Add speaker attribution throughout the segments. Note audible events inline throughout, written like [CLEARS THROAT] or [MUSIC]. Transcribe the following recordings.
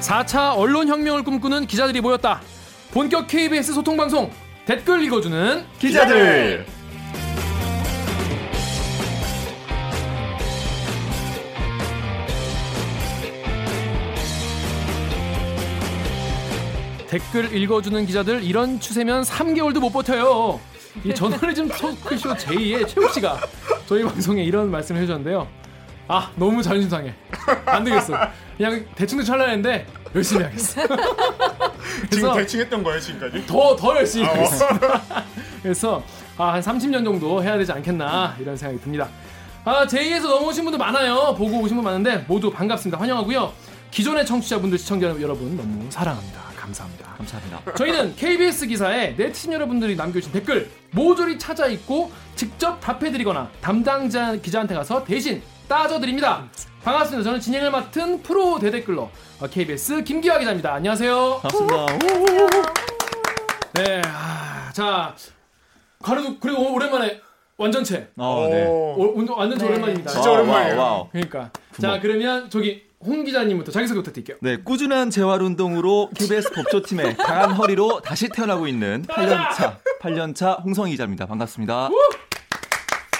Speaker 1: 4차 언론혁명을 꿈꾸는 기자들이 모였다. 본격 KBS 소통방송 댓글 읽어주는
Speaker 2: 기자들.
Speaker 1: 댓글 읽어주는 기자들 이런 추세면 3개월도 못 버텨요. 이 저널리즘 토크쇼 제2의 최욱 씨가 저희 방송에 이런 말씀을 해주셨는데요. 아 너무 자존심 상해. 안 되겠어. 그냥 대충 대충 하려 했는데 열심히 하겠어.
Speaker 2: 지금
Speaker 1: 그래서-
Speaker 2: 대충 했던 거예요 지금까지?
Speaker 1: 더 더 열심히
Speaker 2: 아,
Speaker 1: 하겠어.
Speaker 2: 어.
Speaker 1: 그래서 아, 한 30년 정도 해야 되지 않겠나 이런 생각이 듭니다. 아, 제2에서 넘어오신 분들 많아요. 보고 오신 분 많은데 모두 반갑습니다. 환영하고요. 기존의 청취자분들, 시청자 여러분 너무 사랑합니다. 감사합니다.
Speaker 3: 감사합니다.
Speaker 1: 저희는 KBS 기사에 네티즌 여러분들이 남겨주신 댓글 모조리 찾아 읽고 직접 답해드리거나 담당자 기자한테 가서 대신 따져드립니다. 반갑습니다. 저는 진행을 맡은 프로 대댓글러 KBS 김기화 기자입니다. 안녕하세요.
Speaker 3: 반갑습니다.
Speaker 1: 네, 아, 자, 그래도 그리고 오늘 오랜만에 완전체,
Speaker 2: 어,
Speaker 3: 오. 아, 네.
Speaker 1: 오, 온- 완전체
Speaker 4: 네.
Speaker 1: 오랜만입니다.
Speaker 2: 진짜
Speaker 3: 와우,
Speaker 2: 오랜만이에요.
Speaker 3: 와우, 와우.
Speaker 1: 그러니까 자 그러면 저기 홍 기자님부터 자기소개 부탁드릴게요.
Speaker 3: 네, 꾸준한 재활 운동으로 KBS 법조팀의 강한 허리로 다시 태어나고 있는 8년차, 8년차 홍성희 기자입니다. 반갑습니다.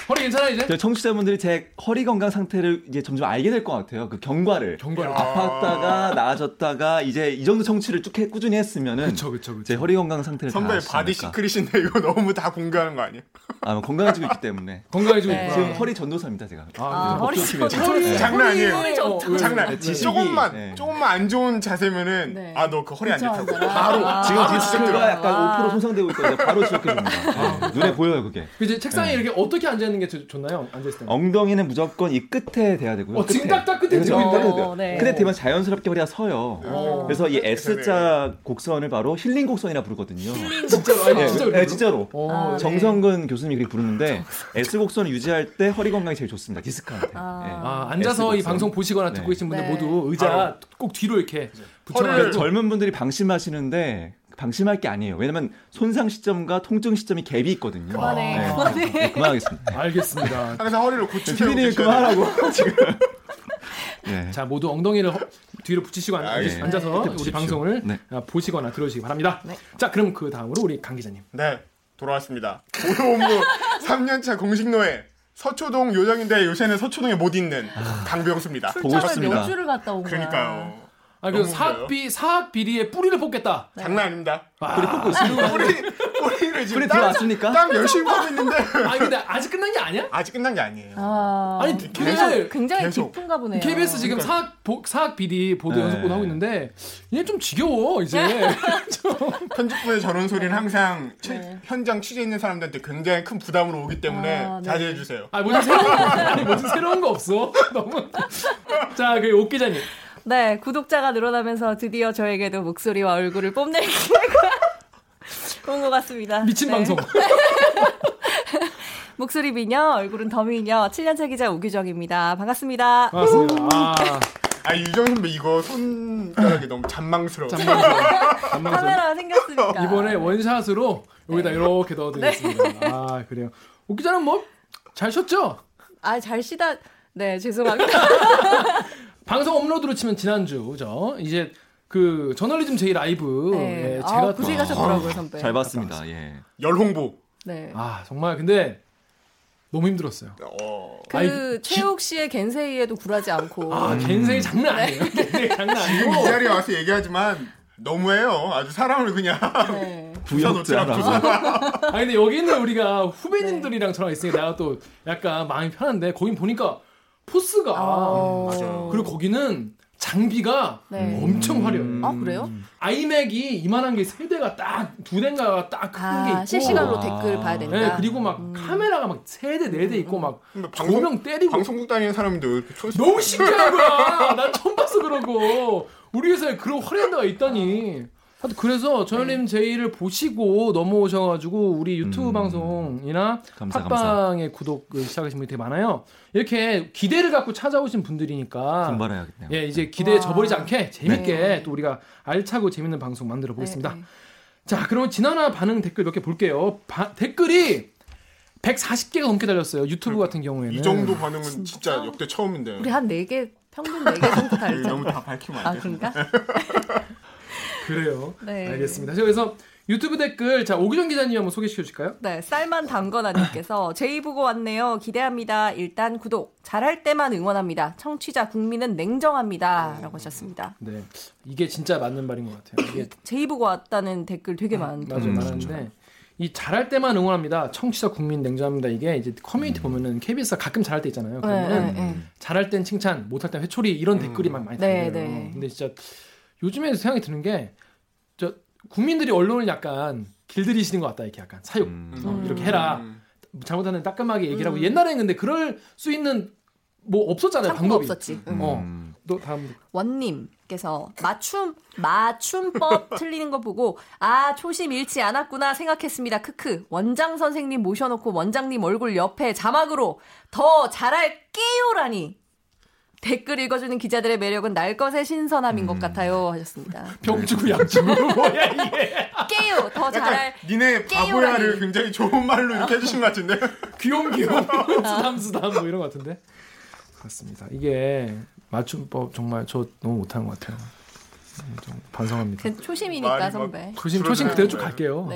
Speaker 1: 허리 괜찮아 이제?
Speaker 3: 저 청취자분들이 제 허리 건강 상태를 이제 점점 알게 될 것 같아요. 그 경과를.
Speaker 1: 경과를.
Speaker 3: 아팠다가 나아졌다가 이제 이 정도 청취를 쭉 해, 꾸준히 했으면은
Speaker 1: 그쵸 그쵸 그쵸.
Speaker 3: 제 허리 건강 상태를 다
Speaker 2: 선배
Speaker 3: 아시지
Speaker 2: 바디
Speaker 3: 않을까.
Speaker 2: 시크릿인데 이거 너무 다 공개하는 거 아니에요?
Speaker 3: 아, 뭐 건강해지고 있기 때문에
Speaker 1: 건강해지고
Speaker 4: 네.
Speaker 3: 지금
Speaker 1: 있구나.
Speaker 3: 허리 전도사입니다 제가.
Speaker 4: 아,
Speaker 1: 네.
Speaker 4: 허리
Speaker 1: 걱정-
Speaker 4: 속-
Speaker 1: 허리-
Speaker 4: 허리-
Speaker 2: 장난 아니에요.
Speaker 4: 허리 좋다.
Speaker 2: 장난.
Speaker 3: 네, 지식이,
Speaker 2: 조금만
Speaker 3: 네.
Speaker 2: 조금만 안 좋은 자세면은
Speaker 4: 네.
Speaker 2: 아 너 그 허리 안 좋다고
Speaker 4: 괜찮아.
Speaker 2: 바로
Speaker 4: 아.
Speaker 3: 지금
Speaker 2: 바로 시작 들어.
Speaker 3: 디스크가 약간
Speaker 4: 아.
Speaker 3: 5% 손상되고 있거든요. 바로 지적해 줍니다. 네, 눈에 보여요 그게.
Speaker 1: 그 이제 책상에 이렇게 어떻게 앉아 있는 게 좋- 좋나요? 앉아 있을 때.
Speaker 3: 어. 엉덩이는 무조건 이 끝에 대야 되고요.
Speaker 1: 어, 지금 딱딱 끝에
Speaker 3: 그래서
Speaker 1: 대고
Speaker 3: 끝에
Speaker 4: 있다.
Speaker 3: 대요.
Speaker 4: 네.
Speaker 3: 끝에 대면 자연스럽게 허리가 서요.
Speaker 2: 어.
Speaker 3: 그래서 이
Speaker 2: 그러네.
Speaker 3: S자 곡선을 바로 힐링 곡선이라 부르거든요.
Speaker 1: 진짜로 아니
Speaker 3: 예,
Speaker 1: 진짜
Speaker 3: 예, 진짜로.
Speaker 1: 어,
Speaker 4: 아, 네.
Speaker 3: 정성근 교수님이 그렇게 부르는데 S 곡선을 유지할 때 허리 건강이 제일 좋습니다. 디스크한테.
Speaker 4: 아.
Speaker 3: 예.
Speaker 1: 아, 앉아서 이 방송 보시거나 듣고
Speaker 3: 네.
Speaker 1: 계신 분들
Speaker 4: 네.
Speaker 1: 모두 의자 꼭 뒤로 이렇게
Speaker 2: 허리를
Speaker 1: 붙여놔요.
Speaker 3: 젊은 분들이 방심하시는데 방심할 게 아니에요. 왜냐면 손상 시점과 통증 시점이 갭이 있거든요.
Speaker 4: 그만해,
Speaker 3: 네.
Speaker 4: 그만해.
Speaker 3: 네,
Speaker 1: [LAUGHS]
Speaker 3: 그만하겠습니다.
Speaker 1: 알겠습니다.
Speaker 2: 항상 허리를 고추게
Speaker 3: 피디님 그만하라고 지금. 네.
Speaker 1: 자 모두 엉덩이를 허- 뒤로 붙이시고 앉,
Speaker 2: 알겠습니다.
Speaker 1: 아서
Speaker 3: 네.
Speaker 1: 우리
Speaker 3: 붙이십시오.
Speaker 1: 방송을
Speaker 3: 네.
Speaker 1: 아, 보시거나 들어주시기 바랍니다.
Speaker 4: 네.
Speaker 1: 자 그럼 그 다음으로 우리 강 기자님.
Speaker 2: 네 돌아왔습니다. 고용무 3년차 공식 노예 서초동 요정인데 요새는 서초동에 못 있는
Speaker 3: 아.
Speaker 2: 강병수입니다.
Speaker 3: 보고
Speaker 4: 출장을
Speaker 3: 싶습니다.
Speaker 4: 몇 주를 갔다 온 거야.
Speaker 2: 그러니까요.
Speaker 1: 아
Speaker 2: 너무
Speaker 1: 그래서 사학비 사학 비리의 뿌리를 뽑겠다.
Speaker 4: 네.
Speaker 2: 장난 아닙니다.
Speaker 1: 뿌리 뽑고 있어.
Speaker 2: 뿌리 뿌리를 지금
Speaker 3: 뿌리
Speaker 2: 딱-
Speaker 3: 들어왔습니까?
Speaker 2: 딱 열심히 보고 있는데
Speaker 1: 아 근데 아직 끝난 게 아니야?
Speaker 2: 아직 끝난 게 아니에요.
Speaker 4: 아,
Speaker 1: 아니,
Speaker 4: 굉장히,
Speaker 1: 계속,
Speaker 4: 굉장히
Speaker 2: 계속.
Speaker 4: 깊은가 보네요.
Speaker 1: KBS 지금 사학 보, 사학 비리 보도
Speaker 3: 네.
Speaker 1: 연속본 하고 있는데 얘 좀 지겨워 이제. [LAUGHS]
Speaker 2: 편집부의 저런 소리는 항상 취-
Speaker 4: 네.
Speaker 2: 현장 취재 있는 사람들한테 굉장히 큰 부담으로 오기 때문에
Speaker 4: 아, 네.
Speaker 2: 자제해 주세요.
Speaker 1: 아 뭐지 새로운 거 아니 뭐지 새로운 거 없어? [LAUGHS] 너무. 자그옥 기자님.
Speaker 4: 네, 구독자가 늘어나면서 드디어 저에게도 목소리와 얼굴을 뽐낼 기회가 [LAUGHS] 온 것 같습니다.
Speaker 1: 미친
Speaker 4: 네.
Speaker 1: 방송.
Speaker 4: 목소리 미녀, 얼굴은 더미녀, 7년차 기자 오규정입니다. 반갑습니다.
Speaker 1: 맞습니다. 아,
Speaker 2: 아 유정 선배 이거 손가락이 너무 잔망스러워.
Speaker 1: 잠방송. 잠방송.
Speaker 4: 카메라가 생겼으니까.
Speaker 1: 이번에 원샷으로
Speaker 4: 네.
Speaker 1: 여기다 이렇게 넣어드리겠습니다. 아 그래요. 오기자는 뭐 잘 쉬었죠?
Speaker 4: 아, 잘 쉬다. 네, 죄송합니다.
Speaker 1: 어, 방송 업로드로 치면 지난주죠. 이제 그 저널리즘 제이 라이브
Speaker 4: 네.
Speaker 1: 예,
Speaker 4: 아,
Speaker 1: 제가
Speaker 4: 굳이 가셨더라고요, 선배.
Speaker 3: 잘 봤습니다. 예.
Speaker 2: 열홍보.
Speaker 4: 네.
Speaker 1: 아 정말 근데 너무 힘들었어요.
Speaker 2: 어.
Speaker 4: 그
Speaker 1: 아이,
Speaker 4: 최욱 씨의 겐세이에도 굴하지 않고
Speaker 1: 아 겐생이 장난
Speaker 4: 네.
Speaker 1: 아니에요. 겐생이 장난
Speaker 4: [LAUGHS]
Speaker 2: 지금 이
Speaker 1: 아니고
Speaker 2: 자리에 와서 얘기하지만 너무해요. 아주 사람을 그냥 [LAUGHS]
Speaker 4: 네.
Speaker 3: 부역자라고.
Speaker 1: 아 근데 여기는 우리가
Speaker 4: 네.
Speaker 1: 후배님들이랑 저랑 있으니까 내가 또 약간 마음이 편한데 거긴 보니까
Speaker 4: 아, 음,
Speaker 1: 포스가
Speaker 4: 맞아요.
Speaker 1: 아, 음,
Speaker 4: 음.
Speaker 1: 그리고 거기는 장비가
Speaker 4: 네.
Speaker 1: 엄청 화려해요.
Speaker 4: 아 그래요?
Speaker 1: 아이맥이 이만한 게 세 대가 딱 두 대인가가 딱 큰 게
Speaker 4: 아
Speaker 1: 있고
Speaker 4: 실시간으로
Speaker 3: 아.
Speaker 4: 댓글 봐야 된다. 음.
Speaker 1: 네, 그리고 막 카메라가 막 세 대 네 대 있고 막
Speaker 2: 근데 방송-
Speaker 1: 조명 때리고
Speaker 2: 방송국 다니는 사람들
Speaker 1: 너무 신기한 거야. 난 처음 봤어 그러고 우리 회사에 그런 화려한 데가 있다니. 하여튼 그래서
Speaker 4: 네.
Speaker 1: 저현님 제이를 보시고 넘어오셔가지고 우리 유튜브
Speaker 3: 음.
Speaker 1: 방송이나
Speaker 3: 감사,
Speaker 1: 팟빵의 구독을 시작하신 분이 되게 많아요. 이렇게 기대를 갖고 찾아오신 분들이니까
Speaker 3: 분발해야겠네요.
Speaker 1: 예, 이제 기대
Speaker 4: 와.
Speaker 1: 저버리지 않게 재밌게
Speaker 4: 네.
Speaker 1: 또 우리가 알차고 재밌는 방송 만들어 보겠습니다.
Speaker 4: 네, 네.
Speaker 1: 자, 그럼 지난화 반응 댓글 몇 개 볼게요. 바- 댓글이 그러니까 140개가 넘게 달렸어요. 유튜브 같은 경우에는.
Speaker 2: 이 정도 반응은 진짜 역대 처음인데.
Speaker 4: 우리 한 네 개 평균 4개 정도
Speaker 1: [LAUGHS]
Speaker 2: 여기
Speaker 4: 달죠.
Speaker 2: 너무 다 밝히면
Speaker 4: 아
Speaker 2: 안 돼요.
Speaker 4: 그런가?
Speaker 1: 그래요.
Speaker 4: [LAUGHS] 네.
Speaker 1: 알겠습니다. 자, 그래서 유튜브 댓글 자 오기정 기자님 한번 소개시켜 주실까요?
Speaker 4: 네, 쌀만 담건아님께서 제이 보고 왔네요. 기대합니다. 일단 구독. 잘할 때만 응원합니다. 청취자 국민은 냉정합니다.라고 하셨습니다.
Speaker 1: 네, 이게 진짜 맞는 말인 것 같아요.
Speaker 4: [COUGHS]
Speaker 1: 이게
Speaker 4: 제이 보고 왔다는 댓글 되게 많다.
Speaker 1: 맞아요, 많은데 이 잘할 때만 응원합니다. 청취자 국민 냉정합니다. 이게 이제 커뮤니티 보면은 KBS가 가끔 잘할 때 있잖아요. 그러면은
Speaker 4: 네, 네, 네.
Speaker 1: 잘할 땐 칭찬, 못할 땐 회초리 이런 댓글이 막 많이
Speaker 4: 네,
Speaker 1: 달려요.
Speaker 4: 네.
Speaker 1: 근데 진짜 요즘에 생각이 드는 게 저 국민들이 언론을 약간 길들이시는 것 같다 이렇게 약간 사육
Speaker 3: 음.
Speaker 1: 어, 이렇게 해라
Speaker 2: 음.
Speaker 1: 잘못하는 따끔하게 얘기하고
Speaker 4: 음.
Speaker 1: 옛날에는 근데 그럴 수 있는 뭐 없었잖아요
Speaker 4: 참고가
Speaker 1: 방법이.
Speaker 4: 없었지. 응.
Speaker 1: 어, 또 다음
Speaker 4: 원님께서 맞춤 맞춤법 틀리는 거 보고 아 초심 잃지 않았구나 생각했습니다. 크크 원장 선생님 모셔놓고 원장님 얼굴 옆에 자막으로 더 잘할게요라니 댓글 읽어주는 기자들의 매력은 날 것의 신선함인 것 같아요 하셨습니다.
Speaker 1: 병주고 [LAUGHS] 양주고 뭐야 이게
Speaker 4: 깨요 더
Speaker 2: 약간
Speaker 4: 잘할
Speaker 2: 니네 바보야를
Speaker 4: 깨요라니.
Speaker 2: 굉장히 좋은 말로 이렇게 해주신 것 같은데.
Speaker 1: 뭐 귀염
Speaker 4: [LAUGHS]
Speaker 1: 귀염
Speaker 4: 아.
Speaker 1: 수담 수담 뭐 이런 것 같은데 그렇습니다. 이게 맞춤법 정말 저 너무 못하는 것 같아요. 음, 좀 반성합니다.
Speaker 4: 그 초심이니까
Speaker 2: 말이 막-
Speaker 4: 선배.
Speaker 1: 초심 초심 그대로 쭉
Speaker 2: 네.
Speaker 1: 갈게요. 뭐,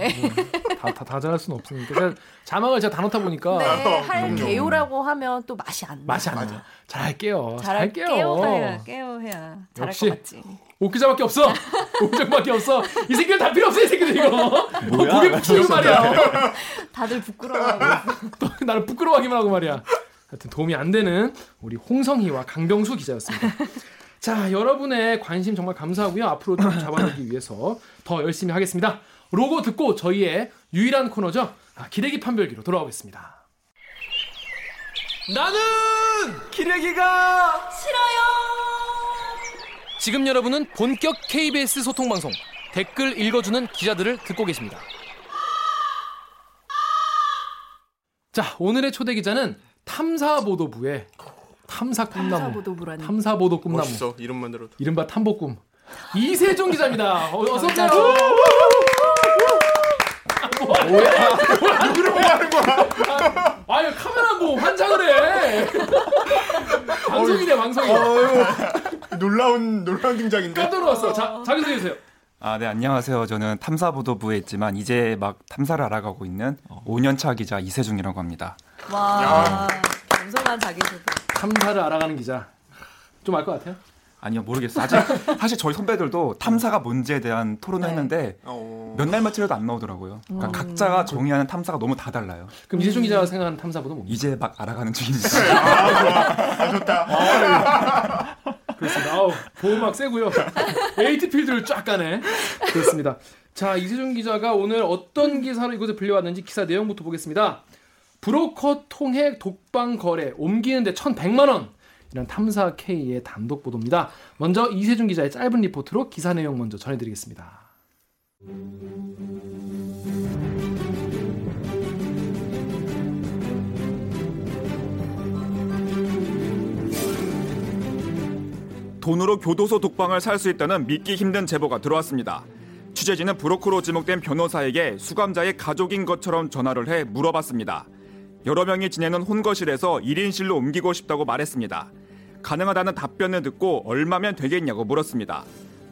Speaker 1: 다다 다 잘할 수는 없으니까 제가 자막을 제가 다 넣다 보니까
Speaker 4: 네, 할 개요라고 하면 또 맛이 안 나.
Speaker 1: 맛이 안 나. 잘할게요.
Speaker 4: 잘할게요.
Speaker 1: 잘할게요.
Speaker 4: 해야 깨요 해야 잘할
Speaker 1: 역시.
Speaker 4: 것 같지.
Speaker 1: 옥기자밖에 없어. 옥정밖에 없어. 이 새끼들 다 필요 없어 이 새끼들 이거. 어,
Speaker 3: 뭐야?
Speaker 1: 고개 부끄러운 말이야.
Speaker 4: 다들 부끄러워하고
Speaker 1: 또 나를 부끄러워하기만 하고 말이야. 하여튼 도움이 안 되는 우리 홍성희와 강병수 기자였습니다. 자, 여러분의 관심 정말 감사하고요. 앞으로 좀 잡아내기 위해서 더 열심히 하겠습니다. 로고 듣고 저희의 유일한 코너죠. 아, 기대기 판별기로 돌아오겠습니다. 나는 기레기가 싫어요. 지금 여러분은 본격 KBS 소통 방송 댓글 읽어주는 기자들을 듣고 계십니다. 자, 오늘의 초대 기자는 탐사보도부의 탐사 꿈나무.
Speaker 4: 탐사보도부라니.
Speaker 1: 탐사보도 꿈나무.
Speaker 2: 멋있어 이름만 들어도.
Speaker 1: 이른바 탐복꿈 이세종 기자입니다. 어, 어서 오세요.
Speaker 2: 이름 뭐 하는 거야?
Speaker 1: 아유 카메라 보고 환장을 [LAUGHS] 해. 방송이네 방송이.
Speaker 2: 아유, [LAUGHS] 놀라운 놀라운 등장인데.
Speaker 1: 깜짝 놀랐어. 자 자기 소개해 주세요.
Speaker 5: 아, 네, 안녕하세요. 저는 탐사보도부에 있지만 이제 막 탐사를 알아가고 있는 5년차 기자 이세중이라고 합니다.
Speaker 4: 와 겸손한 자기소개.
Speaker 1: 탐사를 알아가는 기자. 좀 알 것 같아요?
Speaker 5: 아니요, 모르겠어요. 아직 [LAUGHS] 사실 저희 선배들도 탐사가 뭔지에 대한 토론을
Speaker 4: 네.
Speaker 5: 했는데
Speaker 2: 어.
Speaker 5: 몇 날 며칠에도 안 나오더라고요. 그러니까 각자가 정의하는 탐사가 너무 다 달라요.
Speaker 1: 그럼 이세종 기자가 생각하는 탐사보도 뭡니까?
Speaker 5: 이제 막 알아가는 중입니다.
Speaker 1: 그렇습니다. 아우, 보호막 세고요. 에이트 필드를 쫙 가네. 그렇습니다. 자, 이세종 기자가 오늘 어떤 기사로 이곳에 불려왔는지 기사 내용부터 보겠습니다. 브로커 통해 독방 거래 옮기는데 1,100만 원. 이런 탐사 K의 단독 보도입니다. 먼저 이세종 기자의 짧은 리포트로 기사 내용 먼저 전해드리겠습니다.
Speaker 6: 돈으로 교도소 독방을 살 수 있다는 믿기 힘든 제보가 들어왔습니다. 취재진은 브로커로 지목된 변호사에게 수감자의 가족인 것처럼 전화를 해 물어봤습니다. 여러 명이 지내는 혼거실에서 1인실로 옮기고 싶다고 말했습니다. 가능하다는 답변을 듣고 얼마면 되겠냐고 물었습니다.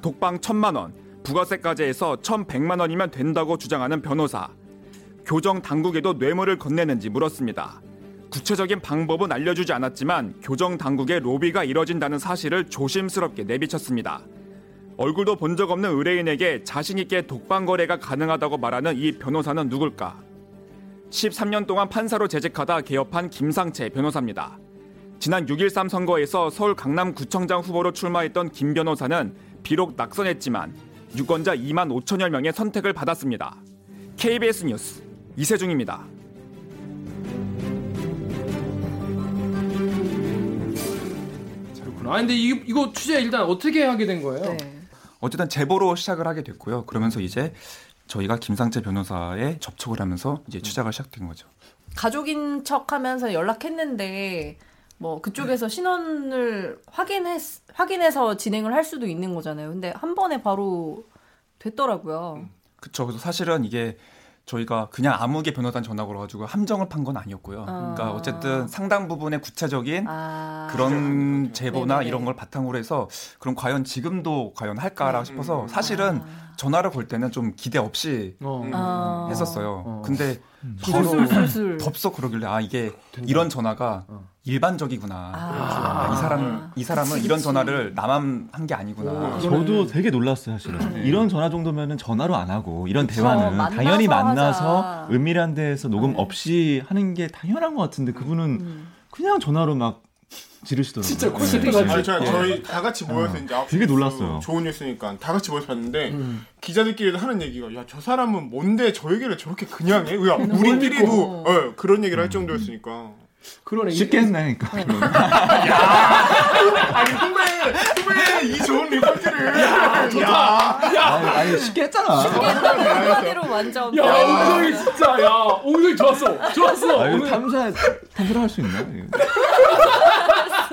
Speaker 6: 독방 1천만 원, 부가세까지 해서 1,100만 원이면 된다고 주장하는 변호사. 교정 당국에도 뇌물을 건네는지 물었습니다. 구체적인 방법은 알려주지 않았지만 교정 당국의 로비가 이뤄진다는 사실을 조심스럽게 내비쳤습니다. 얼굴도 본 적 없는 의뢰인에게 자신 있게 독방 거래가 가능하다고 말하는 이 변호사는 누굴까? 13년 동안 판사로 재직하다 개업한 김상채 변호사입니다. 지난 6.13 선거에서 서울 강남구청장 후보로 출마했던 김 변호사는 비록 낙선했지만 유권자 2만 5천여 명의 선택을 받았습니다. KBS 뉴스 이세중입니다.
Speaker 1: 그렇구나. 아, 근데 이, 이거 취재 일단 어떻게 하게 된 거예요?
Speaker 4: 네.
Speaker 5: 어쨌든 제보로 시작을 하게 됐고요. 그러면서 이제 저희가 김상채 변호사에 접촉을 하면서 이제 취재가 시작된 거죠.
Speaker 4: 가족인 척하면서 연락했는데 뭐 그쪽에서 신원을 확인했 확인해서 진행을 할 수도 있는 거잖아요. 근데 한 번에 바로 됐더라고요.
Speaker 5: 그쵸. 그래서 사실은 이게 저희가 그냥 아무개 변호사한 전화 걸어가지고 함정을 판 건 아니었고요. 그러니까 어쨌든 상당 부분의 구체적인
Speaker 4: 아.
Speaker 5: 음. 그런 제보나
Speaker 4: 네네네.
Speaker 5: 이런 걸 바탕으로 해서 그럼 과연 지금도 과연 할까라
Speaker 4: 음.
Speaker 5: 싶어서 사실은 전화를 걸 때는 좀 기대 없이
Speaker 1: 어.
Speaker 4: 아.
Speaker 5: 했었어요.
Speaker 1: 어.
Speaker 5: 근데 바로
Speaker 4: 술술술술.
Speaker 5: 덥석 그러길래 아 이게 이런 전화가 일반적이구나.
Speaker 4: 아.
Speaker 5: 아, 이 사람 이 사람은 이런 전화를 나만 한 게 아니구나.
Speaker 3: 저도 되게 놀랐어요, 사실은. 이런 전화 정도면은 전화로 안 하고 이런 대화는
Speaker 4: 만나서
Speaker 3: 당연히 만나서
Speaker 4: 하자.
Speaker 3: 은밀한 데에서 녹음 없이 하는 게 당연한 것 같은데 그분은 그냥 전화로 막 지르시더라고요.
Speaker 1: 진짜
Speaker 3: 네.
Speaker 1: 코스프레 같이.
Speaker 2: 아니, 저, 저희 다 같이 모여서 이제 아홉
Speaker 3: 되게
Speaker 2: 시
Speaker 3: 놀랐어요.
Speaker 2: 좋은 뉴스니까 다 같이 모여서 봤는데
Speaker 1: 음.
Speaker 2: 기자들끼리도 하는 얘기가 야 저 사람은 뭔데 저 얘기를 저렇게 그냥 해? 야 우리끼리도 어, 그런 얘기를 할
Speaker 3: 음.
Speaker 2: 정도였으니까.
Speaker 1: 그러네.
Speaker 3: 예. 쉽게 했나니까.
Speaker 2: 아니 후배 후배 이 좋은 리포트를 야,
Speaker 3: 아니, 아니, 쉽게 했잖아.
Speaker 4: 한마디로 완전.
Speaker 1: 야, 옹성이 진짜, 야, 옹성이 좋았어. 좋았어.
Speaker 3: 아, 이거
Speaker 1: 오늘
Speaker 3: 탐사 탐사를 할 수 있나?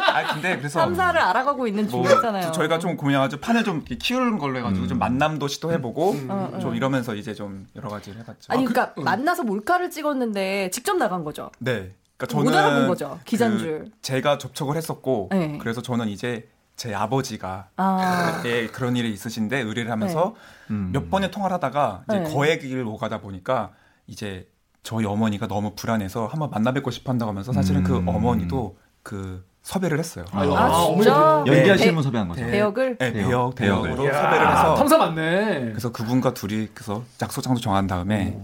Speaker 5: 아 근데 그래서
Speaker 4: 삼사를 알아가고 있는
Speaker 5: 뭐
Speaker 4: 중이잖아요.
Speaker 5: 저희가 좀 고민해가지고 판을 좀 이렇게 키우는 걸로 해가지고 좀 만남도 시도해보고 좀 이러면서 이제 좀 여러 가지를 해봤죠.
Speaker 4: 아니 그러니까 만나서 몰카를 찍었는데 직접 나간 거죠.
Speaker 5: 네. 그러니까 저는 그
Speaker 4: 못 알아본 거죠, 기자인 줄.
Speaker 5: 제가 접촉을 했었고
Speaker 4: 네.
Speaker 5: 그래서 저는 이제 제 아버지가
Speaker 4: 아.
Speaker 5: 예, 그런 일이 있으신데 의뢰를 하면서
Speaker 3: 음.
Speaker 5: 몇 번의 통화를 하다가 이제
Speaker 4: 네.
Speaker 5: 거액을 오가다 보니까 이제 저희 어머니가 너무 불안해서 한번 만나뵙고 싶한다고 하면서 사실은 그 어머니도 그 섭외를 했어요.
Speaker 1: 아유,
Speaker 4: 아,
Speaker 1: 아,
Speaker 4: 진짜
Speaker 5: 네.
Speaker 3: 그 연기하시는
Speaker 4: 배-
Speaker 3: 분 섭외한 거죠.
Speaker 4: 배역을
Speaker 5: 네,
Speaker 3: 대역.
Speaker 5: 배역 대역으로
Speaker 3: 대역을.
Speaker 5: 섭외를 해서
Speaker 1: 아, 탐사 맞네.
Speaker 5: 그래서 그분과 둘이 그래서 약속 장소 정한 다음에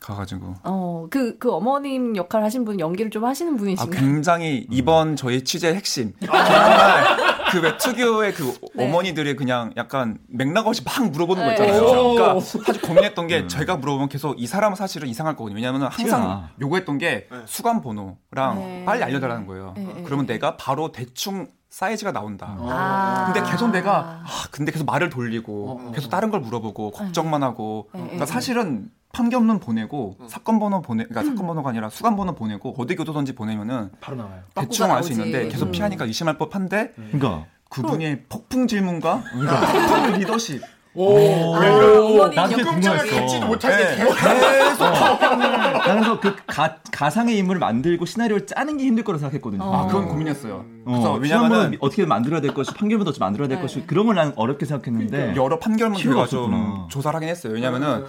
Speaker 5: 가가지고
Speaker 4: 어그 그 어머님 역할 하신 분 연기를 좀 하시는
Speaker 5: 아
Speaker 4: 분이신가요?
Speaker 5: 굉장히
Speaker 3: 음.
Speaker 5: 이번 저희 취재 핵심
Speaker 3: 아.
Speaker 5: 정말 그왜 특유의 그
Speaker 4: 네.
Speaker 5: 어머니들이 그냥 약간 맥락 없이 막 물어보는 거
Speaker 4: 네.
Speaker 5: 있잖아요.
Speaker 1: 오.
Speaker 5: 그러니까 사실 고민했던 게 제가 물어보면 계속 이 사람은 사실은 이상할 거거든요. 왜냐하면 항상
Speaker 3: 음. 티가 나. 네.
Speaker 5: 요구했던 게 수감 번호랑
Speaker 4: 네.
Speaker 5: 빨리 알려달라는 거예요.
Speaker 4: 네, 네,
Speaker 5: 그러면 내가 바로 대충 사이즈가 나온다.
Speaker 4: 아.
Speaker 5: 근데 계속 내가 아, 근데 계속 말을 돌리고
Speaker 3: 어.
Speaker 5: 계속 다른 걸 물어보고 걱정만 하고
Speaker 4: 네,
Speaker 5: 그러니까
Speaker 4: 네.
Speaker 5: 사실은 판결문 보내고
Speaker 3: 음.
Speaker 5: 사건 번호 보내 그러니까
Speaker 4: 음.
Speaker 5: 사건 번호가 아니라 수감 번호 보내고 어디 교도소인지 보내면은
Speaker 1: 바로 나와요.
Speaker 5: 대충 알 수
Speaker 4: 나오지.
Speaker 5: 있는데 계속
Speaker 4: 음.
Speaker 5: 피하니까 의심할 법한데
Speaker 3: 그러니까
Speaker 5: 그분의 폭풍 질문과 [LAUGHS] 폭풍 리더십
Speaker 1: 오.
Speaker 4: 아, 어머님
Speaker 3: 나한테
Speaker 4: 역할.
Speaker 2: 끔찍을
Speaker 3: 궁금했어.
Speaker 2: 갖지도 못하게
Speaker 5: 네.
Speaker 2: 계속
Speaker 3: 어. 나는 그 가, 가상의 인물을 만들고 시나리오를 짜는 게 힘들 거라 생각했거든요.
Speaker 5: 아 그건 고민했어요. 그래서
Speaker 3: 어,
Speaker 5: 왜냐면은
Speaker 3: 왜냐면 어떻게 만들어야 될 것이 판결문도 어떻게 만들어야 될 것이 그런 걸 난 어렵게 생각했는데
Speaker 5: 여러 판결문
Speaker 3: 필요가
Speaker 5: 제가 좀
Speaker 3: 없었구나.
Speaker 5: 조사를 하긴 했어요.
Speaker 1: 네,
Speaker 5: 왜냐면은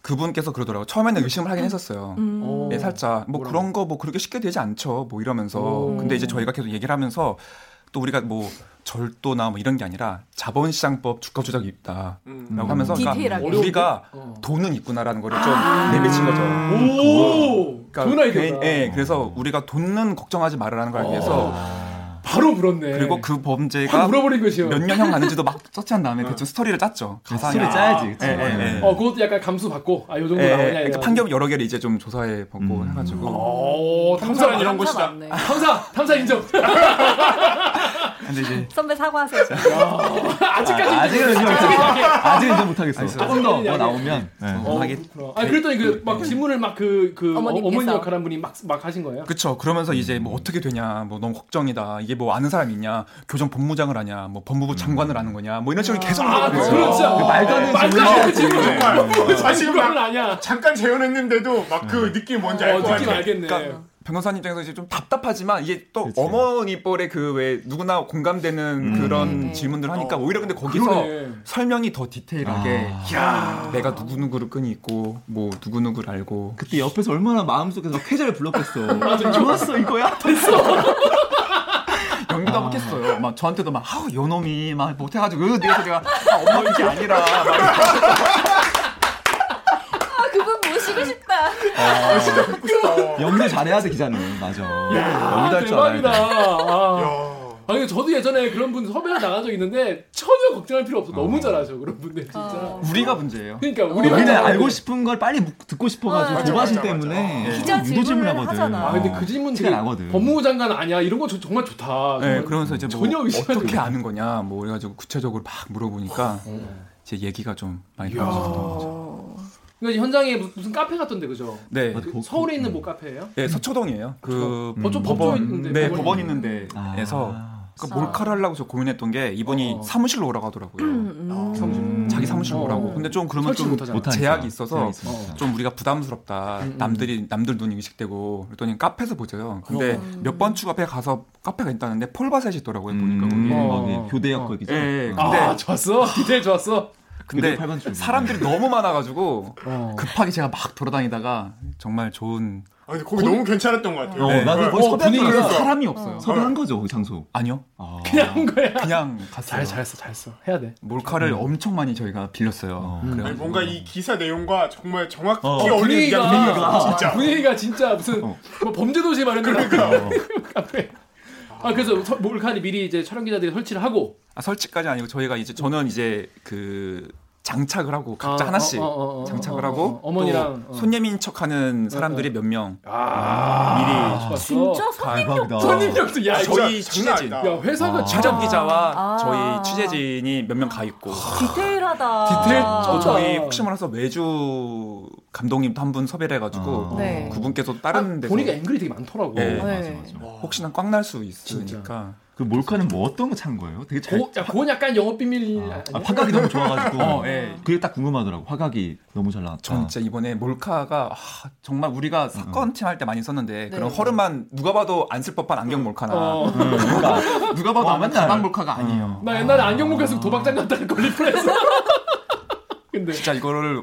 Speaker 5: 그분께서 그러더라고요. 처음에는 의심을 하긴 했었어요.
Speaker 4: 음.
Speaker 1: 오.
Speaker 5: 네, 살짝 뭐
Speaker 1: 뭐라고?
Speaker 5: 그런 거 뭐 그렇게 쉽게 되지 않죠. 뭐 이러면서
Speaker 4: 음.
Speaker 1: 오.
Speaker 5: 근데 이제 저희가 계속 얘기를 하면서 또 우리가 뭐 절도나 뭐 이런 게 아니라 자본시장법 주가 조작이 있다라고
Speaker 2: 음.
Speaker 5: 하면서 그러니까
Speaker 4: 디테일하게. 아.
Speaker 5: 우리가
Speaker 1: 어려운데? 어.
Speaker 5: 돈은 있구나라는 거를 좀 아. 내비친 거죠.
Speaker 1: 오. 좋은 아이디어다.
Speaker 5: 괜히- 예, 그래서 우리가 돈은 걱정하지 말라는 걸 위해서
Speaker 1: 바로 아, 물었네.
Speaker 5: 그리고 그 범죄가
Speaker 1: 확 물어버린 것이요.
Speaker 5: 몇 년형 가는지도 막 서치한
Speaker 1: 아.
Speaker 5: 다음에 대충 스토리를 짰죠. 가상의.
Speaker 3: 스토리 짜야지. 그치? 네.
Speaker 5: 예, 예, 예.
Speaker 1: 어, 그것도 약간 감수 받고 아, 요 정도
Speaker 5: 예, 예.
Speaker 1: 나오냐.
Speaker 5: 그러니까
Speaker 1: 이거.
Speaker 5: 판결 여러 개를 이제 좀 조사해 보고 해가지고
Speaker 1: 어. 오, 탐사란 이런
Speaker 4: 탐사
Speaker 1: 것이다.
Speaker 4: 맞네.
Speaker 1: 탐사, 탐사
Speaker 5: [LAUGHS]
Speaker 1: 인정.
Speaker 5: 근데 이제
Speaker 4: 선배 사과하세요.
Speaker 1: 아직까지
Speaker 3: 아직은 인정 못하겠어. 아직은 인정 못하겠어. 조금 더 뭐 나오면 네.
Speaker 1: 어,
Speaker 5: 예, 하긴-
Speaker 1: 그렇구나. 아니 그랬더니 그
Speaker 5: 예.
Speaker 1: 막 질문을 막 그 그
Speaker 4: 어머님께서.
Speaker 1: 어머니 역할한 분이 막 막 하신 거예요?
Speaker 5: 그쵸. 그러면서 이제 뭐 어떻게 되냐, 뭐 너무 걱정이다. 이게 뭐 아는 사람 있냐, 교정 법무장을 하냐, 뭐 법무부 장관을 아는 거냐, 뭐 이런 식으로 계속
Speaker 1: 아,
Speaker 5: 물어보고 있어요.
Speaker 1: 그렇지. 말도 안 되는 네. 질문. [LAUGHS]
Speaker 2: 정말
Speaker 1: 사실
Speaker 2: 사실
Speaker 1: 그건
Speaker 2: 네. 막
Speaker 1: 아니야.
Speaker 2: 잠깐 재연했는데도 막
Speaker 3: 네.
Speaker 2: 그 느낌 뭔지 알
Speaker 1: 어,
Speaker 2: 것
Speaker 1: 느낌
Speaker 2: 같아.
Speaker 1: 알겠네.
Speaker 5: 그러니까 변호사님 입장에서 이제 좀 답답하지만 이게 또 어머니 뻘의 그 왜 누구나 공감되는 그런 질문들 하니까 오히려 근데 거기서
Speaker 1: 네. 어. 그러네.
Speaker 5: 설명이 더 디테일하게 야, 내가 누구누구를 끈이 있고 뭐 누구누구를 알고
Speaker 3: 그때 옆에서 얼마나 마음속에서 막 쾌재를 불렀겠어. 좋았어 이거야. 됐어.
Speaker 5: 연기도 아. 했어요. 막 저한테도 막 아우 요놈이 막 못해가지고 으, 그래서 내가 아, 엄마 그게 아니라 막
Speaker 4: 아, 그분 모시고 싶다.
Speaker 3: 연기 잘해야 돼 기자는. 맞아. 연기도
Speaker 1: 아,
Speaker 3: 할 줄 알아야
Speaker 1: 대박이다.
Speaker 3: 돼.
Speaker 1: 아. 아 근데 저도 예전에 그런 분 섭외를 나간 적 있는데 전혀 걱정할 필요 없어. 너무 잘하셔 그런 분들 진짜.
Speaker 5: 우리가 문제예요.
Speaker 1: 그러니까 우리만
Speaker 3: 우리는
Speaker 1: 잘하는데.
Speaker 3: 알고 싶은 걸 빨리 묻- 듣고 싶어가지고
Speaker 4: 맞아,
Speaker 3: 조바심
Speaker 2: 맞아, 맞아.
Speaker 3: 때문에
Speaker 5: 예.
Speaker 4: 기자
Speaker 3: 유도
Speaker 4: 질문을
Speaker 3: 질문하거든.
Speaker 4: 하잖아.
Speaker 1: 아 근데 그 질문
Speaker 3: 어. 티가
Speaker 1: 되게
Speaker 3: 나거든.
Speaker 1: 법무부 장관 아니야 이런 거 저- 정말 좋다.
Speaker 5: 네,
Speaker 1: 정말
Speaker 5: 그러면서 이제 뭐
Speaker 1: 전혀 의심하지
Speaker 5: 어떻게
Speaker 1: 마.
Speaker 5: 아는 거냐 뭐 그래가지고 구체적으로 막 물어보니까 제 얘기가 좀 많이
Speaker 1: 이야.
Speaker 5: 나왔던 거죠.
Speaker 1: 그러니까 현장에 무슨, 무슨 카페 같던데 그죠?
Speaker 5: 네,
Speaker 1: 그 서울에 있는 뭐 카페예요?
Speaker 5: 네 서초동이에요. 그
Speaker 1: 법조- 법조 있는데,
Speaker 5: 네
Speaker 1: 법원
Speaker 5: 법원 있는데에서
Speaker 3: 아.
Speaker 5: 그러니까 몰카를 하려고 저 고민했던 게 이분이
Speaker 1: 어.
Speaker 5: 사무실로 오라가더라고요.
Speaker 4: 음.
Speaker 3: 아,
Speaker 1: 음.
Speaker 5: 자기 사무실로
Speaker 1: 어.
Speaker 5: 오라고. 근데 좀 그러면
Speaker 1: 설치
Speaker 5: 좀
Speaker 1: 못하잖아.
Speaker 5: 제약이 있어서
Speaker 3: 제약이 있어요.
Speaker 1: 어.
Speaker 5: 좀 우리가 부담스럽다.
Speaker 1: 음, 음.
Speaker 5: 남들이 남들 눈이 의식되고 그랬더니 카페에서 보자요. 근데
Speaker 1: 어.
Speaker 5: 몇 번 추 카페 가서 카페가 있다는데 폴바셋이 있더라고요. 보니까
Speaker 3: 음,
Speaker 5: 거기.
Speaker 1: 어.
Speaker 3: 거기 교대역 거기죠.
Speaker 5: 예, 예.
Speaker 3: 아,
Speaker 5: 근데-
Speaker 1: 아 좋았어 디테일 좋았어
Speaker 5: 근데
Speaker 3: 교대 8번 줄.
Speaker 5: 사람들이 너무 많아가지고
Speaker 1: 어.
Speaker 5: 급하게 제가 막 돌아다니다가 정말 좋은
Speaker 2: 아, 근데 거기 너무 괜찮았던 것 같아요.
Speaker 3: 어,
Speaker 5: 네.
Speaker 3: 나도 거기
Speaker 1: 어,
Speaker 3: 섭외한
Speaker 1: 분위기가-
Speaker 3: 거라 사람이 없어요.
Speaker 4: 어.
Speaker 3: 섭외한 거죠, 그 장소.
Speaker 5: 아니요
Speaker 3: 아.
Speaker 1: 그냥 한 거야
Speaker 5: 그냥 갔어요.
Speaker 1: 잘 음. 잘했어 잘했어 해야 돼
Speaker 5: 몰카를 엄청 많이 저희가 빌렸어요.
Speaker 3: 어.
Speaker 5: 그래가지고.
Speaker 1: 음.
Speaker 2: 아니, 뭔가 이 기사 내용과 정말 정확히
Speaker 3: 어,
Speaker 2: 어울리는
Speaker 1: 분위기가
Speaker 2: 이야기가 진짜.
Speaker 1: 분위기가 진짜 무슨 뭐 범죄도시 말했는데 [LAUGHS]
Speaker 2: 그러니까.
Speaker 1: 카페 아 그래서 서- 몰카를 미리 이제 촬영 기자들이 설치를 하고
Speaker 5: 아, 설치까지 아니고 저희가 이제 저는 이제 그 장착을 하고 각자
Speaker 1: 아,
Speaker 5: 하나씩
Speaker 1: 어, 어, 어, 어,
Speaker 5: 장착을
Speaker 1: 어, 어,
Speaker 5: 하고
Speaker 1: 어, 어머니랑,
Speaker 5: 또
Speaker 1: 어.
Speaker 5: 손님인 척하는 사람들이 몇 명
Speaker 1: 좋았어.
Speaker 4: 아, 진짜 손님
Speaker 3: 대박이다.
Speaker 1: 손님력도 야그 이거
Speaker 5: 어. 저희
Speaker 2: 아, 장난
Speaker 5: 취재진.
Speaker 2: 아니다.
Speaker 1: 야 회사가
Speaker 3: 아.
Speaker 1: 진짜
Speaker 5: 촬영 기자와
Speaker 4: 아.
Speaker 5: 저희 취재진이 몇 명 가 있고
Speaker 4: 아, 디테일하다.
Speaker 1: 디테일
Speaker 5: 또
Speaker 1: 좋다.
Speaker 5: 저희 혹시 몰라서 매주 감독님도 한 분 섭외를 해가지고
Speaker 3: 아.
Speaker 4: 네.
Speaker 5: 그분께서
Speaker 1: 아,
Speaker 5: 다른 데서
Speaker 1: 보니까 앵글이 되게 많더라고
Speaker 5: 네.
Speaker 3: 어, 맞아,
Speaker 4: 네.
Speaker 3: 맞아.
Speaker 5: 혹시나 꽝 날 수 있으니까
Speaker 3: 그 몰카는 뭐 어떤 거 찬 거예요? 되게 잘.
Speaker 5: 아,
Speaker 1: 고, 야, 그건 약간 영업 비밀
Speaker 3: 아,
Speaker 1: 아,
Speaker 3: 아, 화각이 너무 좋아가지고.
Speaker 5: 어, 예.
Speaker 3: 그게 딱 궁금하더라고. 화각이 너무 잘 나왔다.
Speaker 5: 저는 진짜 이번에 몰카가 아, 정말 우리가 사건 팀 할 때 많이 썼는데 그런
Speaker 4: 네.
Speaker 5: 허름한 누가 봐도 안 쓸 법한 안경 몰카나 음,
Speaker 1: 어. [LAUGHS]
Speaker 3: 누가, 누가 봐도
Speaker 5: 어,
Speaker 3: 안 음.
Speaker 5: 맨날 가방
Speaker 3: 아. 맨날.
Speaker 5: 몰카가 아니에요.
Speaker 1: 나 옛날에 안경 못 갔으면 도박장 갔다는 걸리프했어 [LAUGHS] 근데
Speaker 5: 진짜 이거를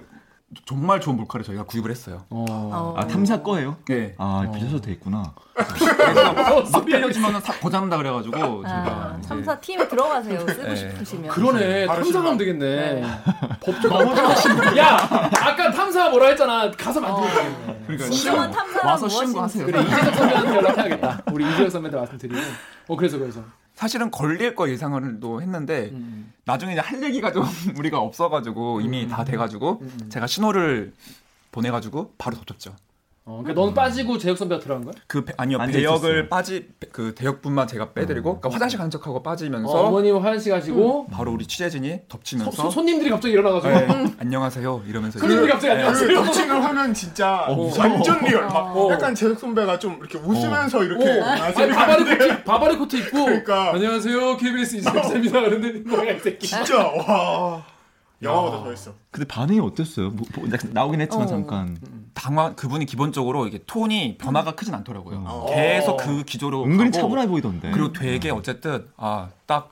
Speaker 5: 정말 좋은 몰카를 저희가 구입을 했어요.
Speaker 4: 어.
Speaker 3: 아, 탐사 거예요?
Speaker 5: 네.
Speaker 3: 아, 빌려서 돼 있구나.
Speaker 5: [LAUGHS]
Speaker 1: 어, 소리야.
Speaker 5: 빌려주면 고장난다 그래가지고 제가
Speaker 4: 아,
Speaker 5: 이제
Speaker 4: 참사 팀 들어가세요. 쓰고
Speaker 5: 네.
Speaker 4: 싶으시면.
Speaker 1: 그러네
Speaker 2: 바로
Speaker 1: 탐사하면
Speaker 2: 신발.
Speaker 1: 되겠네
Speaker 4: 아, 네.
Speaker 1: 법조 너무 야 아까 탐사 뭐라 했잖아 가서
Speaker 4: 어.
Speaker 1: 만들면 되겠네
Speaker 5: 그러니까
Speaker 4: 진정한 탐사란
Speaker 5: 와서
Speaker 4: 무엇인지.
Speaker 5: 신고하세요.
Speaker 1: 그래 이재석 선배한테 연락해야겠다. 우리 이재석 선배한테 말씀드리고. 어 그래서 그래서.
Speaker 5: 사실은 걸릴 거 예상을 또 했는데
Speaker 1: 음.
Speaker 5: 나중에 이제 할 얘기가 좀 [LAUGHS] 우리가 없어가지고 이미 다 돼가지고
Speaker 1: 음.
Speaker 5: 제가 신호를 보내가지고 바로 덮쳤죠.
Speaker 1: 어 그러니까 넌 빠지고 재혁 선배가 들어간 거야?
Speaker 5: 그 배, 아니요
Speaker 3: 앉아
Speaker 5: 배역을
Speaker 3: 있었어요.
Speaker 5: 빠지 그 대역분만 제가 빼드리고 그러니까 화장실 간 척하고 빠지면서
Speaker 1: 음. 어, 어머님 화장실 가시고
Speaker 2: 음.
Speaker 5: 바로 우리 취재진이 덮치면서
Speaker 1: 소- 소- 손님들이 갑자기 일어나가지고. [LAUGHS]
Speaker 5: 네, [LAUGHS] 안녕하세요 이러면서
Speaker 1: 손님들이 갑자기
Speaker 2: 그
Speaker 1: 안녕하세요.
Speaker 2: 덕칭을 하면 진짜
Speaker 3: 어, 무서워. 어.
Speaker 2: 완전 리얼. 막
Speaker 1: 어.
Speaker 2: 약간 제작 선배가 좀 이렇게 웃으면서 이렇게
Speaker 1: 오, 아니, 그
Speaker 2: 나서는
Speaker 1: 바바리
Speaker 2: 건데
Speaker 1: 코트, 바바리 코트 입고.
Speaker 2: 그러니까. 어.
Speaker 1: 안녕하세요, KBS 이재석입니다. 그런데 뭐야 이 새끼.
Speaker 2: [LAUGHS] 진짜 와 영화보다 더 했어.
Speaker 3: 근데 반응이 어땠어요? 뭐, 뭐, 약간 나오긴 했지만
Speaker 4: 어.
Speaker 3: 잠깐.
Speaker 5: 당황 그분이 기본적으로 이게 톤이 변화가 크진 않더라고요.
Speaker 2: 어.
Speaker 1: 음.
Speaker 5: 계속 그 기조로
Speaker 3: 은근히
Speaker 5: 가고
Speaker 3: 차분해 보이던데.
Speaker 5: 그리고 되게 어쨌든 아 딱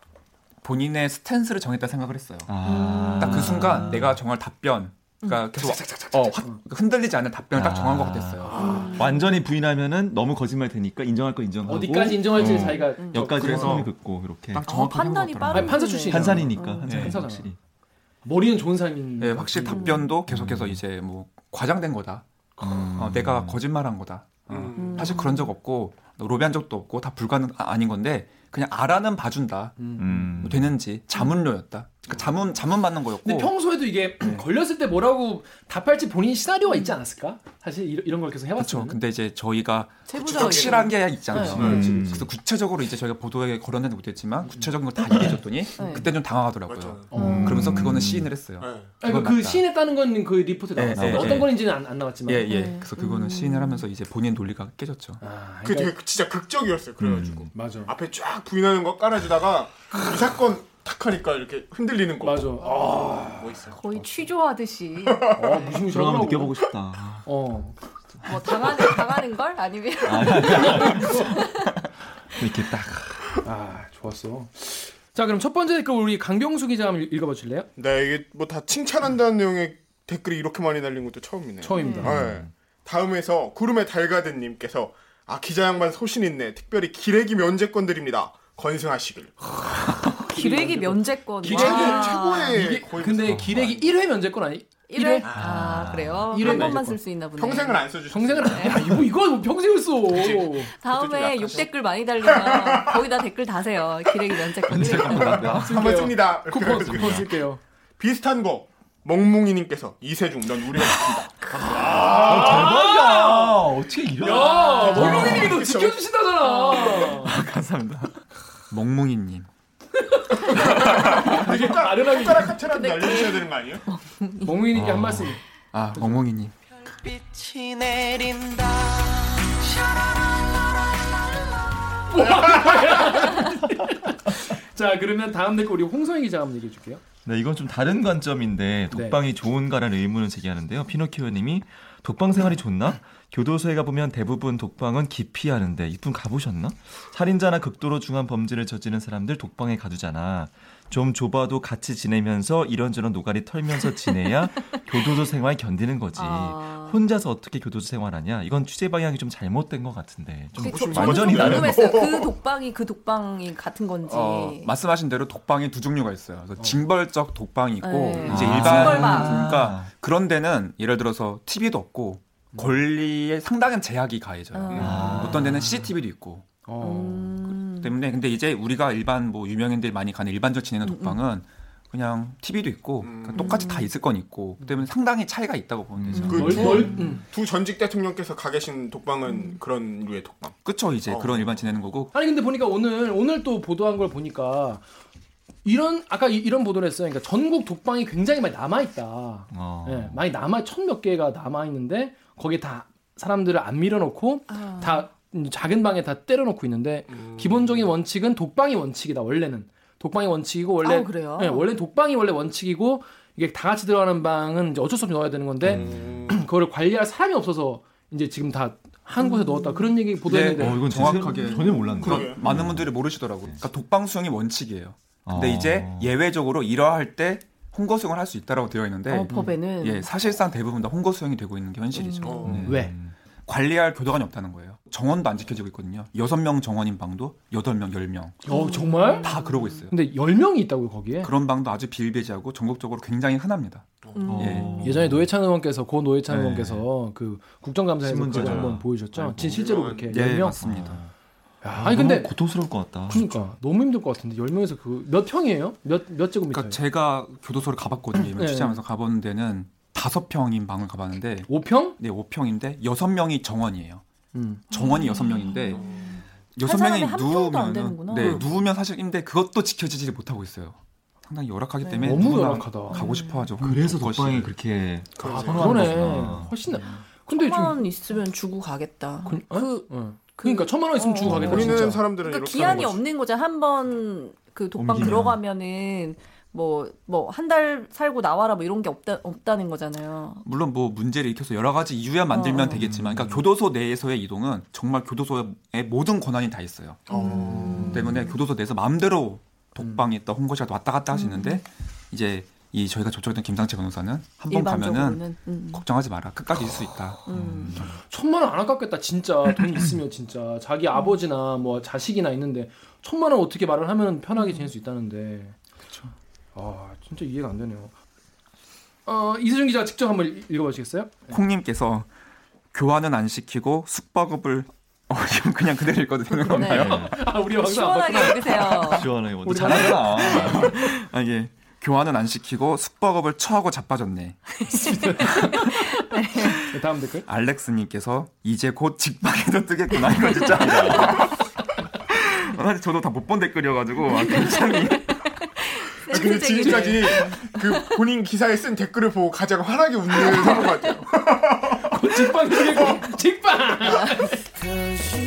Speaker 5: 본인의 스탠스를 정했다 생각을 했어요.
Speaker 3: 아. 음.
Speaker 5: 딱 그 순간 내가 정할 답변 그러니까 계속 어, 확 흔들리지 않는 답변을 딱
Speaker 3: 아.
Speaker 5: 정한 것 같았어요.
Speaker 3: 완전히 부인하면은 너무 거짓말 되니까 인정할 거 인정하고.
Speaker 1: 어디까지 인정할지
Speaker 3: 어.
Speaker 1: 자기가.
Speaker 3: 여기까지
Speaker 5: 그래서-
Speaker 3: 소문이 긋고 이렇게.
Speaker 5: 딱
Speaker 4: 어,
Speaker 5: 정확하게
Speaker 4: 판단이
Speaker 5: 한
Speaker 1: 아니, 어,
Speaker 4: 빠르네.
Speaker 1: 판사 출신이야.
Speaker 3: 판사니까
Speaker 5: 네.
Speaker 3: 판사니까 확실히.
Speaker 1: 머리는 좋은 사람인.
Speaker 5: 예, 확실히
Speaker 3: 음.
Speaker 5: 답변도 계속해서 이제 뭐 과장된 거다.
Speaker 3: 음.
Speaker 5: 어, 내가 거짓말한 거다. 어,
Speaker 2: 음.
Speaker 5: 사실 그런 적 없고 로비한 적도 없고 다 불가능 아, 아닌 건데 그냥 알아는 봐준다. 뭐
Speaker 1: 뭐
Speaker 3: 음.
Speaker 5: 되는지 자문료였다. 그러니까 자문 자문 받는 거였고.
Speaker 1: 근데 평소에도 이게 [CLEARS THROAT] 걸렸을 때 뭐라고 답할지 본인 시나리오가 있지 않았을까? 사실 이런, 이런 걸 계속
Speaker 5: 그렇죠.
Speaker 1: 해봤죠.
Speaker 5: 근데 이제 저희가
Speaker 4: 제보자
Speaker 5: 확실한 게 있잖아요.
Speaker 4: 네.
Speaker 3: 음.
Speaker 5: 그래서 구체적으로 이제 저희가 보도에 거론하지 못했지만 구체적인 걸 다 얘기해줬더니 그때 좀 당황하더라고요.
Speaker 2: 맞죠.
Speaker 1: 어.
Speaker 5: 음, 그러면서 그거는 시인을 했어요.
Speaker 2: 네.
Speaker 1: 아니, 그,
Speaker 5: 그건
Speaker 1: 그
Speaker 5: 맞다.
Speaker 1: 시인에 따는 건 그 리포트
Speaker 5: 예,
Speaker 1: 나왔어요.
Speaker 5: 예,
Speaker 1: 어떤
Speaker 5: 예.
Speaker 1: 건인지는 안, 안 나왔지만.
Speaker 5: 예, 예. 그래서 그거는 시인을 하면서 이제 본인 논리가 깨졌죠.
Speaker 1: 아,
Speaker 2: 그게
Speaker 1: 그러니까,
Speaker 2: 되게 진짜 극적이었어요. 그래가지고
Speaker 3: 음.
Speaker 1: 맞아.
Speaker 2: 앞에 쫙 부인하는 거 깔아주다가 그 사건 탁 하니까 이렇게 흔들리는 거.
Speaker 1: 맞아. 아,
Speaker 2: 멋있어.
Speaker 4: 거의 취조하듯이
Speaker 1: 어, 무슨
Speaker 3: 들어가면 느껴보고 싶다.
Speaker 1: 어.
Speaker 4: 뭐 당하는 당하는 걸 아니면
Speaker 3: 이렇게 딱.
Speaker 1: 아, 좋았어. 자, 그럼 첫 번째 댓글 우리 강병수 기자 한번 읽어봐 주실래요?
Speaker 2: 네 이게 뭐 다 칭찬한다는 내용의 댓글이 이렇게 많이 달린 것도 처음이네요.
Speaker 1: 처음입니다.
Speaker 2: 네. 다음에서 구름의 달가든님께서 아 기자 양반 소신 있네. 특별히 기레기 면제권 드립니다. 건승하시길.
Speaker 4: [LAUGHS] 기레기 면제권.
Speaker 1: 아,
Speaker 4: 아.
Speaker 1: 기레기
Speaker 4: 와.
Speaker 2: 최고의
Speaker 1: 이게
Speaker 2: 예, 거의
Speaker 1: 근데
Speaker 2: 무슨-
Speaker 1: 기레기 1회 면제권 아니?
Speaker 4: 일회? 아, 그래요.
Speaker 1: 일회
Speaker 4: 한 번만
Speaker 1: 면제권.
Speaker 4: 쓸 수 있나 보네.
Speaker 2: 평생을 안 써주셨어요.
Speaker 1: 평생을 야, 이거 이거 뭐 평생을 써.
Speaker 4: 다음에
Speaker 2: 약간
Speaker 4: 욕 댓글 많이 달리면 거의 다 댓글 다세요. 기레기 면제권.
Speaker 2: 한번 씁니다. 그,
Speaker 1: 쿠폰 쿠폰 쓸게요.
Speaker 2: 비슷한 거 멍뭉이님께서 이세중 넌 우리가 지킨다.
Speaker 3: 대박이야. 어떻게 이런?
Speaker 1: 아! 야,
Speaker 2: 아,
Speaker 1: 원빈이도
Speaker 2: 그쵸.
Speaker 1: 지켜주신다잖아.
Speaker 5: 감사합니다. 멍뭉이님.
Speaker 1: 되게 딱 아련하게.
Speaker 2: 손가락 하트라도 날려주셔야 되는 거 아니에요?
Speaker 1: 멍민이께 한 말씀.
Speaker 5: 아, 멍뭉이님.
Speaker 7: 빛이 내린다.
Speaker 1: 자 그러면 다음 댓글 우리 홍성희 기자 한번 얘기해 줄게요.
Speaker 3: 네, 이건 좀 다른 관점인데
Speaker 5: 네.
Speaker 3: 독방이 좋은가라는 의문을 제기하는데요. 피노키오님이 독방 생활이 좋나? 교도소에 가보면 대부분 독방은 기피하는데 이분 가보셨나? 살인자나 극도로 중한 범죄를 저지른 사람들 독방에 가두잖아. 좀 좁아도 같이 지내면서 이런저런 노가리 털면서
Speaker 5: [LAUGHS]
Speaker 3: 지내야 교도소 생활 견디는 거지.
Speaker 4: 아.
Speaker 3: 혼자서 어떻게 교도소 생활하냐? 이건 취재 방향이 좀 잘못된 것 같은데. 좀
Speaker 4: 저- 저는 좀
Speaker 3: 완전히 다른
Speaker 4: 궁금했어요. 그 독방이 그 독방이 같은 건지.
Speaker 5: 어, 말씀하신 대로 독방이 두 종류가 있어요. 그래서 징벌적 독방이 있고
Speaker 4: 네.
Speaker 5: 이제
Speaker 3: 아.
Speaker 5: 일반
Speaker 4: 징벌방.
Speaker 5: 그러니까 그런 데는 예를 들어서 TV도 없고 권리에 상당한 제약이 가해져요.
Speaker 3: 아.
Speaker 5: 어떤 데는 CCTV도 있고
Speaker 1: 어.
Speaker 4: 음.
Speaker 5: 때문에 근데 이제 우리가 일반 뭐 유명인들 많이 가는 일반적 지내는 독방은 그냥 TV도 있고
Speaker 2: 음.
Speaker 5: 그냥 똑같이 다 있을 건 있고 그 때문에 상당히 차이가 있다고 보면 되죠.
Speaker 2: 그
Speaker 1: 멀-
Speaker 2: 두-
Speaker 1: 멀- 음.
Speaker 2: 두 전직 대통령께서 가 계신 독방은 그런 류의 독방.
Speaker 5: 그쵸 이제
Speaker 2: 어.
Speaker 5: 그런 일반 지내는 거고
Speaker 1: 아니 근데 보니까 오늘 오늘 또 보도한 걸 보니까 이런 아까 이, 런 보도를 했어요. 그러니까 전국 독방이 굉장히 많이 남아 있다. 예,
Speaker 3: 어.
Speaker 1: 많이 남아 천 몇 개가 남아 있는데 거기에 다 사람들을 안 밀어놓고
Speaker 4: 아.
Speaker 1: 다 작은 방에 다 때려놓고 있는데 기본적인 원칙은 독방이 원칙이다 원래는 독방이 원칙이고 원래
Speaker 4: 아, 그래요?
Speaker 1: 예, 원래 독방이 원래 원칙이고 이게 다 같이 들어가는 방은 이제 어쩔 수 없이 넣어야 되는 건데
Speaker 2: 음.
Speaker 1: 그거를 관리할 사람이 없어서 이제 지금 다 한
Speaker 4: 음.
Speaker 1: 곳에 넣었다 그런 얘기 보도했는데
Speaker 3: 어, 이건
Speaker 5: 정확하게-
Speaker 3: 정확하게 전혀 몰랐네.
Speaker 5: 그런
Speaker 2: 그러게. 음.
Speaker 5: 많은 분들이 모르시더라고요. 그러니까 독방 수용이 원칙이에요. 근데
Speaker 3: 아.
Speaker 5: 이제 예외적으로 이러할 때 홍거 수용을 할 수 있다라고 되어 있는데
Speaker 4: 어, 법에는
Speaker 5: 예, 사실상 대부분 다 홍거 수용이 되고 있는 게 현실이죠.
Speaker 2: 어.
Speaker 5: 네.
Speaker 1: 왜?
Speaker 5: 관리할 교도관이 없다는 거예요. 정원도 안 지켜지고 있거든요. 여섯 명 정원인 방도 여덟 명, 열 명 다
Speaker 1: 어 정말?
Speaker 5: 그러고 있어요.
Speaker 1: 근데 10명이 있다고요, 거기에?
Speaker 5: 그렇죠. 그런 방도 아주 비일비재하고 전국적으로 굉장히 흔합니다.
Speaker 4: 음.
Speaker 5: 예.
Speaker 1: 예전에 노회찬 의원께서 고 노회찬
Speaker 5: 네.
Speaker 1: 의원께서 그 국정감사에서
Speaker 3: 신문
Speaker 1: 그거
Speaker 3: 기자.
Speaker 1: 한번 보여줬죠.
Speaker 2: 아이고,
Speaker 1: 진 실제로
Speaker 2: 유명한-
Speaker 1: 그렇게
Speaker 5: 예,
Speaker 1: 10명.
Speaker 5: 맞습니다.
Speaker 1: 아니 근데
Speaker 3: 고통스러울 것 같다.
Speaker 1: 그러니까 너무 힘들 것 같은데 10명에서 그 몇 평이에요? 몇 몇 제곱미터?
Speaker 4: 네.
Speaker 5: 그러니까 제가 교도소를 가봤거든요. 이번
Speaker 1: 네.
Speaker 5: 취재하면서 가본 데는 다섯 평인 방을 가봤는데
Speaker 1: 5평?
Speaker 5: 네, 5평인데 여섯 명이 정원이에요.
Speaker 1: 음.
Speaker 5: 정원이 여섯 명인데 여섯
Speaker 4: 사람에
Speaker 5: 명이
Speaker 4: 음. 한 평도 안 되는구나.
Speaker 5: 누우면 네, 누우면 사실 힘데 그것도 지켜지지 못하고 있어요. 상당히 열악하기
Speaker 4: 네.
Speaker 5: 때문에
Speaker 1: 너무
Speaker 5: 누구나
Speaker 1: 열악하다.
Speaker 5: 음. 가고 싶어하죠.
Speaker 3: 음. 그래서
Speaker 5: 독거실.
Speaker 3: 독방이 그렇게
Speaker 1: 아,
Speaker 3: 선호하는
Speaker 1: 그러네.
Speaker 3: 거구나.
Speaker 1: 훨씬 나. 근데
Speaker 4: 천만
Speaker 1: 지금
Speaker 4: 원 있으면 주고 가겠다.
Speaker 1: 그, 어?
Speaker 4: 그-
Speaker 1: 어. 그러니까 천만 원 있으면 주고
Speaker 4: 어.
Speaker 1: 가겠다
Speaker 2: 우리는
Speaker 1: 진짜.
Speaker 2: 사람들은
Speaker 4: 그러니까
Speaker 2: 이렇게 하는
Speaker 4: 기한이
Speaker 2: 거지.
Speaker 4: 없는 거죠. 한 번 그 독방
Speaker 3: 옮기면.
Speaker 4: 들어가면은 뭐 뭐 한 달 살고 나와라 뭐 이런 게 없다 없다는 거잖아요.
Speaker 5: 물론 뭐 문제를 일으켜서 여러 가지 이유야 만들면
Speaker 4: 어.
Speaker 5: 되겠지만, 그러니까 교도소 내에서의 이동은 정말 교도소의 모든 권한이 다 있어요. 때문에 교도소 내에서 마음대로 독방에 있다 홍거실에 왔다 갔다 할 수 있는데 이제 이 저희가 접촉했던 김상채 변호사는 한 번
Speaker 4: 음.
Speaker 5: 가면은
Speaker 4: 일반적으로는 음.
Speaker 5: 걱정하지 마라 끝까지 있을 수 있다.
Speaker 4: 음.
Speaker 1: 천만 원 안 아깝겠다 진짜 돈 있으면 진짜 자기 아버지나 뭐 자식이나 있는데 천만 원 어떻게 말을 하면 편하게 지낼 수 있다는데 아 진짜 이해가 안 되네요 어 이수준 기자 직접 한번 읽- 읽어보시겠어요?
Speaker 5: 콩님께서 교환은 안 시키고 숙박업을 어, 이건 그냥 그대로 읽어도
Speaker 4: 네.
Speaker 5: 되는 건가요?
Speaker 1: 아 우리 방송 안
Speaker 4: 시원하게
Speaker 2: 아,
Speaker 4: 읽으세요.
Speaker 3: 시원하게 뭐
Speaker 1: 우리
Speaker 3: 네. 잘하잖아.
Speaker 5: 아, 예. 교환은 안 시키고 숙박업을 처하고 자빠졌네.
Speaker 1: 봤 다음 댓글
Speaker 5: 알렉스님께서 이제 곧 직방에도 뜨겠구나 이건
Speaker 3: [LAUGHS]
Speaker 5: 진짜. 아, 사실 저도 다 못 본 댓글이어가지고 아, 굉장히
Speaker 2: 지금
Speaker 4: 센스쟁이들.
Speaker 2: 지금까지 그 본인 기사에 쓴 댓글을 보고 가장 환하게 웃는 사람 같아요.
Speaker 1: [LAUGHS] 직방 그리고 직방
Speaker 7: Cause you